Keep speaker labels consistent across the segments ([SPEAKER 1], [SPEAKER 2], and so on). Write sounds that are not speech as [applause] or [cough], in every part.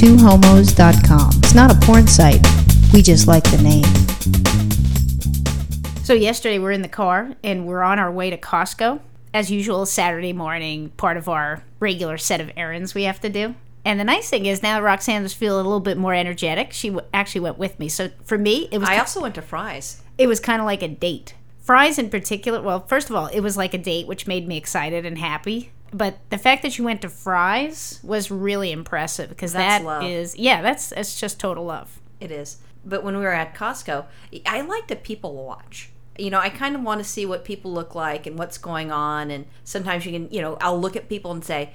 [SPEAKER 1] twohomos.com. It's not a porn site. We just like the name.
[SPEAKER 2] So yesterday we're in the car and we're on our way to Costco. As usual, Saturday morning, part of our regular set of errands we have to do. And the nice thing is now that Roxanne was feeling a little bit more energetic. She w- actually went with me. So for me, it was
[SPEAKER 3] I also went to Fry's.
[SPEAKER 2] it was kind of like a date. Fries in particular, well, first of all, it was like a date, which made me excited and happy. But the fact that you went to Fries was really impressive because
[SPEAKER 3] That's
[SPEAKER 2] that
[SPEAKER 3] love.
[SPEAKER 2] is- yeah, that's that's just total love.
[SPEAKER 3] It is. But when we were at Costco, I like to people watch. You know, I kind of want to see what people look like and what's going on. And sometimes you can, you know, I'll look at people and say,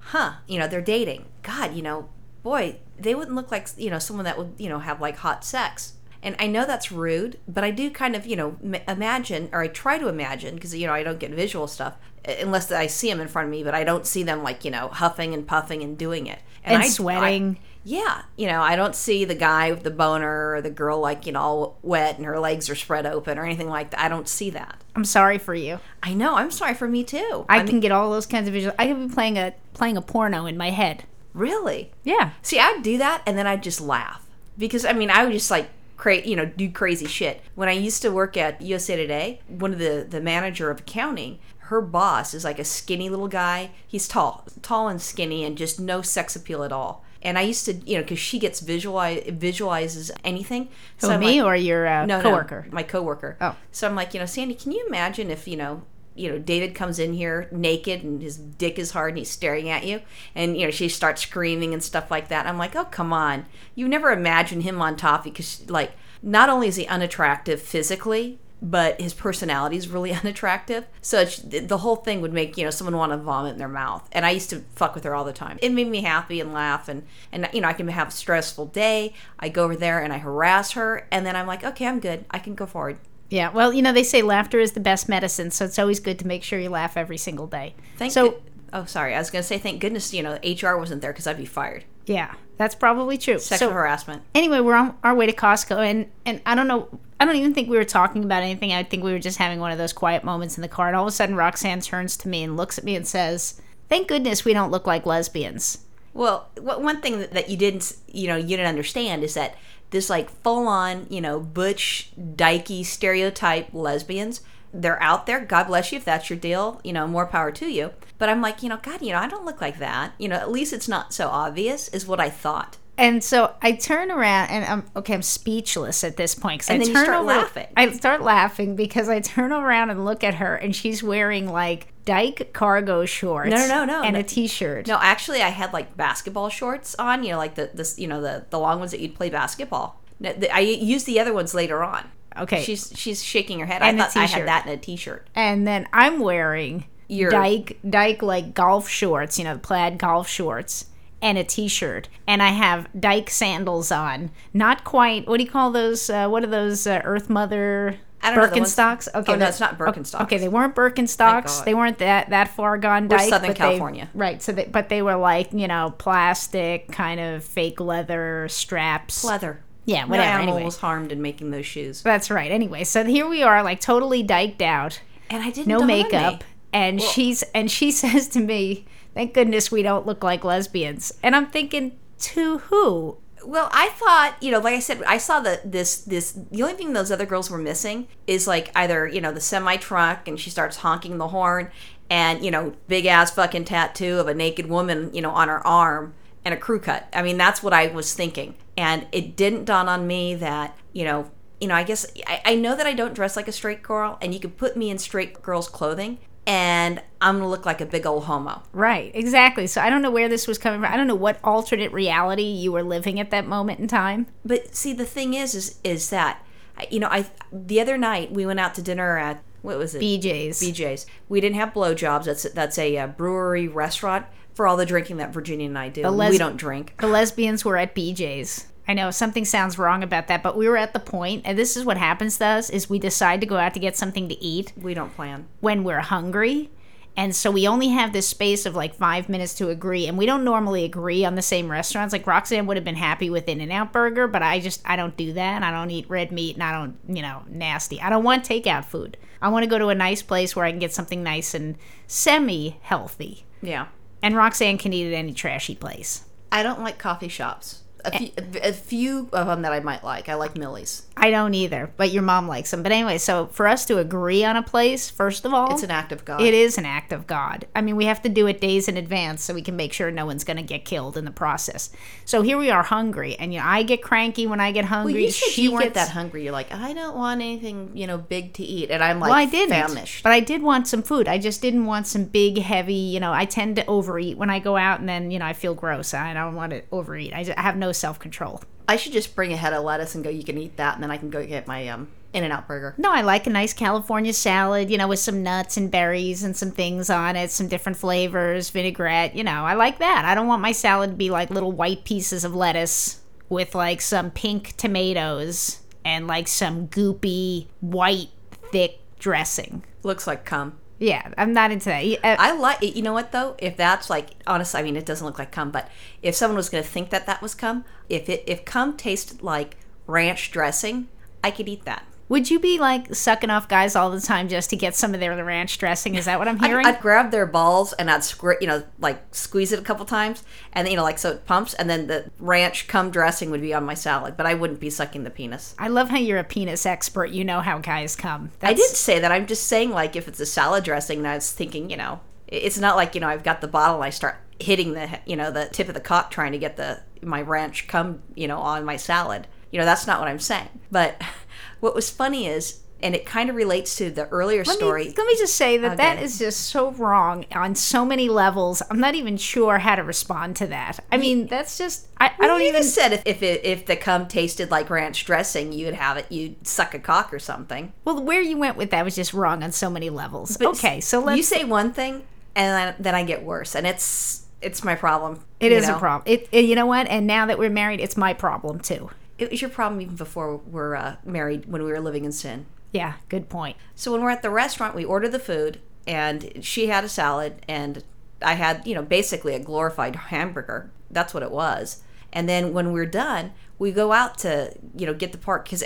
[SPEAKER 3] huh, you know, they're dating. God, you know, boy, they wouldn't look like, you know, someone that would, you know, have like hot sex. And I know that's rude, but I do kind of, you know, m- imagine, or I try to imagine, because, you know, I don't get visual stuff uh, unless I see them in front of me, but I don't see them like, you know, huffing and puffing and doing it.
[SPEAKER 2] And
[SPEAKER 3] I- I-
[SPEAKER 2] sweating.
[SPEAKER 3] yeah, you know, I don't see the guy with the boner or the girl like, you know, all wet and her legs are spread open or anything like that. I don't see that.
[SPEAKER 2] I'm sorry for you.
[SPEAKER 3] I know. I'm sorry for me too.
[SPEAKER 2] I,
[SPEAKER 3] I'm-
[SPEAKER 2] can get all those kinds of visuals. I could be playing a playing a porno in my head.
[SPEAKER 3] really.
[SPEAKER 2] Yeah.
[SPEAKER 3] See, I'd do that and then I'd just laugh because I mean, I would just like cra- you know, do crazy shit. When I used to work at USA Today, one of the the manager of accounting, her boss is like a skinny little guy. He's tall, tall and skinny and just no sex appeal at all. And I used to, you know, because she gets visualize visualizes anything.
[SPEAKER 2] Who,
[SPEAKER 3] I'm
[SPEAKER 2] me
[SPEAKER 3] like-
[SPEAKER 2] or your uh,
[SPEAKER 3] no, no,
[SPEAKER 2] coworker?
[SPEAKER 3] my coworker.
[SPEAKER 2] Oh.
[SPEAKER 3] so I'm like, you know, Sandy, can you imagine if you know, you know, David comes in here naked and his dick is hard and he's staring at you, and you know, she starts screaming and stuff like that. I'm like, oh come on, you never imagine him on top because like, not only is he unattractive physically. But his personality is really [laughs] unattractive, so it's, the whole thing would make you know someone want to vomit in their mouth. And I used to fuck with her all the time. It made me happy and laugh, and and you know I can have a stressful day. I go over there and I harass her, and then I'm like, okay, I'm good. I can go forward.
[SPEAKER 2] Yeah. Well, you know they say laughter is the best medicine, so it's always good to make sure you laugh every single day.
[SPEAKER 3] Thank
[SPEAKER 2] so.
[SPEAKER 3] goo- oh, sorry. I was going to say thank goodness you know HR wasn't there because I'd be fired.
[SPEAKER 2] Yeah, that's probably true.
[SPEAKER 3] Sexual
[SPEAKER 2] so
[SPEAKER 3] harassment.
[SPEAKER 2] anyway, we're on our way to Costco, and and I don't know. I don't even think we were talking about anything. I think we were just having one of those quiet moments in the car, and all of a sudden Roxanne turns to me and looks at me and says, "Thank goodness we don't look like lesbians."
[SPEAKER 3] Well, wh- one thing that- that you didn't s- you know you didn't understand is that this like full on you know butch dykey stereotype lesbians. They're out there. God bless you if that's your deal. You know, more power to you. But I'm like, you know, God, you know, I don't look like that. You know, at least it's not so obvious, is what I thought.
[SPEAKER 2] And so I turn around and I'm okay. I'm speechless at this point because I
[SPEAKER 3] then you
[SPEAKER 2] turn
[SPEAKER 3] start
[SPEAKER 2] over-
[SPEAKER 3] laughing.
[SPEAKER 2] I start laughing because I turn around and look at her, and she's wearing like Dyke cargo shorts.
[SPEAKER 3] No, no, no,
[SPEAKER 2] and
[SPEAKER 3] no.
[SPEAKER 2] a t-shirt.
[SPEAKER 3] No, actually, I had like basketball shorts on. You know, like the this, you know, the the long ones that you'd play basketball. No, the- I used the other ones later on.
[SPEAKER 2] okay.
[SPEAKER 3] She's she's shaking her head.
[SPEAKER 2] And a
[SPEAKER 3] I thought I
[SPEAKER 2] t-shirt.
[SPEAKER 3] had that in a t-shirt.
[SPEAKER 2] and then I'm wearing
[SPEAKER 3] Your-
[SPEAKER 2] Dyke Dyke like golf shorts, you know, the plaid golf shorts and a t-shirt and i have dyke sandals on not quite what do you call those uh, what are those uh, earth mother
[SPEAKER 3] I don't know, the ones-
[SPEAKER 2] birkenstocks okay
[SPEAKER 3] Oh, no,
[SPEAKER 2] they're-
[SPEAKER 3] it's not Birkenstocks.
[SPEAKER 2] okay they weren't birkenstocks
[SPEAKER 3] God.
[SPEAKER 2] they weren't that that far gone dyke
[SPEAKER 3] Southern
[SPEAKER 2] but they-
[SPEAKER 3] California.
[SPEAKER 2] right so they, but they were like you know plastic kind of fake leather straps
[SPEAKER 3] Leather.
[SPEAKER 2] yeah
[SPEAKER 3] No
[SPEAKER 2] whatever
[SPEAKER 3] animal
[SPEAKER 2] anyway.
[SPEAKER 3] was harmed in making those shoes.
[SPEAKER 2] that's right anyway so here we are like totally dyked out
[SPEAKER 3] And I didn't.
[SPEAKER 2] no
[SPEAKER 3] dawn on me.
[SPEAKER 2] makeup and she's and she [laughs] says to me thank goodness we don't look like lesbians and i'm thinking to who
[SPEAKER 3] Well, I thought, you know, like I said, I saw the this this the only thing those other girls were missing is like either, you know, the semi truck and she starts honking the horn and, you know, big ass fucking tattoo of a naked woman, you know, on her arm and a crew cut. I mean, that's what I was thinking. And it didn't dawn on me that, you know, you know, I guess I, I know that I don't dress like a straight girl and you could put me in straight girl's clothing and I'm gonna look like a big old homo.
[SPEAKER 2] right exactly so i don't know where this was coming from i don't know what alternate reality you were living at that moment in time
[SPEAKER 3] But see, the thing is, is is that I- you know, I the other night we went out to dinner at what was it?
[SPEAKER 2] bjs
[SPEAKER 3] BJ's. We didn't have blowjobs. That's that's a uh, brewery restaurant for all the drinking that Virginia and I do.
[SPEAKER 2] les-
[SPEAKER 3] we don't drink.
[SPEAKER 2] the lesbians were at bjs i know something sounds wrong about that but we were at the point and this is what happens to us is we decide to go out to get something to eat
[SPEAKER 3] We don't plan.
[SPEAKER 2] when we're hungry. And so we only have this space of like five minutes to agree. And we don't normally agree on the same restaurants. Like Roxanne would have been happy with In N Out Burger, but I just, I don't do that. And I don't eat red meat and I don't, you know, nasty. I don't want takeout food. I want to go to a nice place where I can get something nice and semi healthy.
[SPEAKER 3] Yeah.
[SPEAKER 2] And Roxanne can eat at any trashy place.
[SPEAKER 3] I don't like coffee shops. A few, a few of them that I might like. I like Millie's.
[SPEAKER 2] I don't either, but your mom likes them. But anyway, so for us to agree on a place, first of all,
[SPEAKER 3] It's an act of God.
[SPEAKER 2] it is an act of God. I mean, we have to do it days in advance so we can make sure no one's going to get killed in the process. So here we are hungry, and you know, I get cranky when I get hungry.
[SPEAKER 3] Well, you said
[SPEAKER 2] she
[SPEAKER 3] you weren't
[SPEAKER 2] gets-
[SPEAKER 3] that hungry. You're like, I don't want anything, you know, big to eat, and I'm like,
[SPEAKER 2] Well, I didn't,
[SPEAKER 3] famished.
[SPEAKER 2] but I did want some food. I just didn't want some big, heavy. You know, I tend to overeat when I go out, and then you know I feel gross. I don't want to overeat. I, just, I have no self control.
[SPEAKER 3] I should just bring a head of lettuce and go. You can eat that, and then I can go get my um, In-N-Out burger.
[SPEAKER 2] No, I like a nice California salad, you know, with some nuts and berries and some things on it, some different flavors, vinaigrette, you know, I like that. I don't want my salad to be like little white pieces of lettuce with like some pink tomatoes and like some goopy white thick dressing.
[SPEAKER 3] Looks like cum.
[SPEAKER 2] Yeah, I'm not into that. Yeah, uh,
[SPEAKER 3] I like. You know what though? If that's like, honestly, I mean, it doesn't look like cum, but if someone was going to think that that was cum, if it if cum tasted like ranch dressing, I could eat that.
[SPEAKER 2] Would you be like sucking off guys all the time just to get some of their ranch dressing? Is that what I'm hearing?
[SPEAKER 3] I'd grab their balls and I'd squirt, you know, like squeeze it a couple times, and you know, like so it pumps, and then the ranch cum dressing would be on my salad, but I wouldn't be sucking the penis.
[SPEAKER 2] I love how you're a penis expert. You know how guys come.
[SPEAKER 3] I
[SPEAKER 2] That's,
[SPEAKER 3] did say that. I'm just saying, like, if it's a salad dressing, and I was thinking, you know, i- it's not like you know I've got the bottle and I start hitting the you know the tip of the cock trying to get the my ranch cum you know on my salad. You know, that's not what I'm saying. But [laughs] what was funny is, and it kind of relates to the earlier
[SPEAKER 2] Let me-
[SPEAKER 3] story.
[SPEAKER 2] Let me, just say that that
[SPEAKER 3] Okay.
[SPEAKER 2] is just so wrong on so many levels. I'm not even sure how to respond to that. I mean, that's just I, I don't
[SPEAKER 3] You
[SPEAKER 2] even.
[SPEAKER 3] just said if if, it, if the cum tasted like ranch dressing, you'd have it. You'd suck a cock or something.
[SPEAKER 2] Well, where you went with that was just wrong on so many levels. okay, so let's.
[SPEAKER 3] you say one thing, and then, then I get worse, and it's it's my problem.
[SPEAKER 2] it
[SPEAKER 3] you
[SPEAKER 2] is
[SPEAKER 3] know?
[SPEAKER 2] a problem. It, it- you know what? And now that we're married, it's my problem too.
[SPEAKER 3] It was your problem even before we we're uh, married when we were living in sin.
[SPEAKER 2] Yeah, good point.
[SPEAKER 3] So when we're at the restaurant, we order the food, and she had a salad, and I had, you know, basically a glorified hamburger. That's what it was. And then when we're done, we go out to, you know, get the park because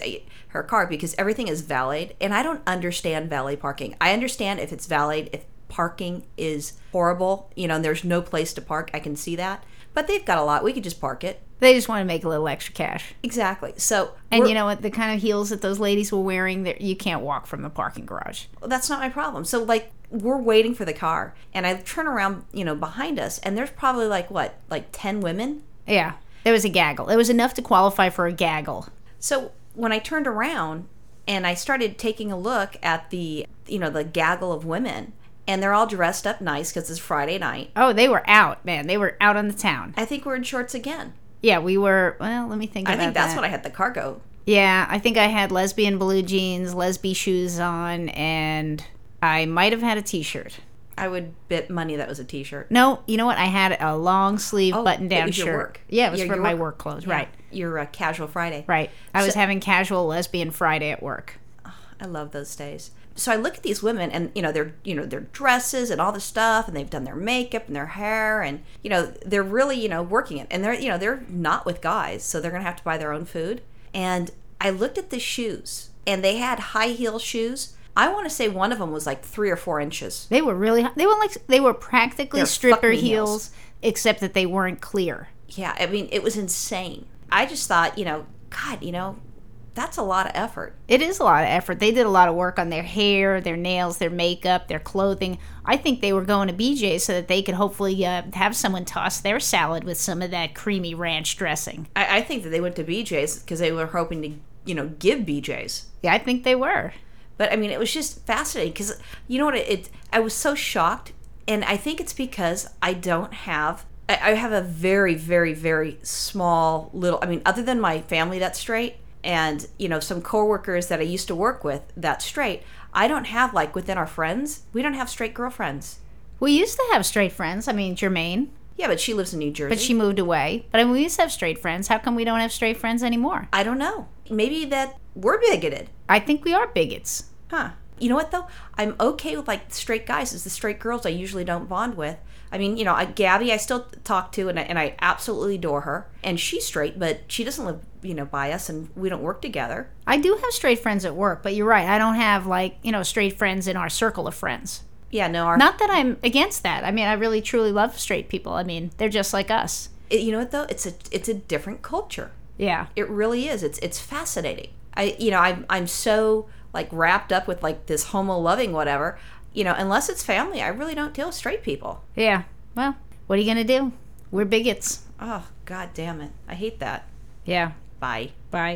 [SPEAKER 3] her car because everything is valeted, and I don't understand valet parking. I understand if it's valeted, if parking is horrible, you know, and there's no place to park. I can see that, but they've got a lot. We could just park it.
[SPEAKER 2] They just want to make a little extra cash.
[SPEAKER 3] Exactly. So
[SPEAKER 2] And
[SPEAKER 3] we're-
[SPEAKER 2] you know what? The kind of heels that those ladies were wearing, that you can't walk from the parking garage.
[SPEAKER 3] Well, that's not my problem. So like we're waiting for the car and I turn around, you know, behind us and there's probably like what, like 10 women.
[SPEAKER 2] Yeah, there was a gaggle. It was enough to qualify for a gaggle.
[SPEAKER 3] So when I turned around and I started taking a look at the, you know, the gaggle of women and they're all dressed up nice cuz it's Friday night.
[SPEAKER 2] Oh, they were out, man. They were out on the town.
[SPEAKER 3] I think we're in shorts again.
[SPEAKER 2] Yeah, we were. Well, let me think.
[SPEAKER 3] I
[SPEAKER 2] about
[SPEAKER 3] think that's
[SPEAKER 2] that.
[SPEAKER 3] what I had the cargo.
[SPEAKER 2] Yeah, I think I had lesbian blue jeans, lesbian shoes on, and I might have had a t-shirt.
[SPEAKER 3] I would bet money that was a t-shirt.
[SPEAKER 2] No, you know what? I had a long sleeve button down
[SPEAKER 3] it Oh, was your
[SPEAKER 2] shirt.
[SPEAKER 3] work.
[SPEAKER 2] Yeah, it was
[SPEAKER 3] Yeah,
[SPEAKER 2] for
[SPEAKER 3] your
[SPEAKER 2] my
[SPEAKER 3] work.
[SPEAKER 2] work clothes. Right,
[SPEAKER 3] Your uh, casual Friday.
[SPEAKER 2] right. I was having casual lesbian Friday at work.
[SPEAKER 3] I love those days. So I look at these women and you know their you know their dresses and all the stuff and they've done their makeup and their hair and you know they're really you know working it and they're you know they're not with guys so they're going to have to buy their own food. And I looked at the shoes and they had high heel shoes. I want to say one of them was like 3 or 4 inches.
[SPEAKER 2] They were really. They were like. They were practically
[SPEAKER 3] They're
[SPEAKER 2] stripper
[SPEAKER 3] fucking
[SPEAKER 2] heels,
[SPEAKER 3] heels.
[SPEAKER 2] except that they weren't clear.
[SPEAKER 3] Yeah, I mean it was insane. I just thought, you know, god, you know, that's a lot of effort.
[SPEAKER 2] It is a lot of effort. They did a lot of work on their hair, their nails, their makeup, their clothing. I think they were going to BJ so that they could hopefully uh, have someone toss their salad with some of that creamy ranch dressing.
[SPEAKER 3] I, I think that they went to BJ's because they were hoping to, you know, give BJ's.
[SPEAKER 2] Yeah, I think they were.
[SPEAKER 3] But I mean, it was just fascinating because you know what? It, it I was so shocked, and I think it's because I don't have. I I have a very, very, very small little. I mean, other than my family that's straight, and you know some coworkers that I used to work with that's straight. I don't have like within our friends. We don't have straight girlfriends.
[SPEAKER 2] We used to have straight friends. I mean, Jermaine,
[SPEAKER 3] Yeah, but she lives in New Jersey.
[SPEAKER 2] but she moved away. But I mean, we used to have straight friends. How come we don't have straight friends anymore?
[SPEAKER 3] I don't know. Maybe that we're bigoted,
[SPEAKER 2] I think we are bigots.
[SPEAKER 3] huh? You know what though? I'm okay with like straight guys. It's the straight girls I usually don't bond with. I mean, you know, I, Gabby, I still talk to, and I, and I absolutely adore her. And she's straight, but she doesn't live, you know, by us, and we don't work together.
[SPEAKER 2] I do have straight friends at work, but you're right. I don't have, like, you know, straight friends in our circle of friends.
[SPEAKER 3] Yeah, no, our
[SPEAKER 2] Not that I'm against that. I mean, I really truly love straight people. I mean, they're just like us.
[SPEAKER 3] it, you know what though? It's a it's a different culture.
[SPEAKER 2] Yeah.
[SPEAKER 3] It really is. It's it's fascinating. I you know I'm I'm so like wrapped up with like this homo loving whatever. You know, unless it's family, I really don't deal with straight people.
[SPEAKER 2] Yeah. Well, what are you going to do? We're bigots.
[SPEAKER 3] Oh god damn it! I hate that.
[SPEAKER 2] Yeah.
[SPEAKER 3] Bye.
[SPEAKER 2] Bye.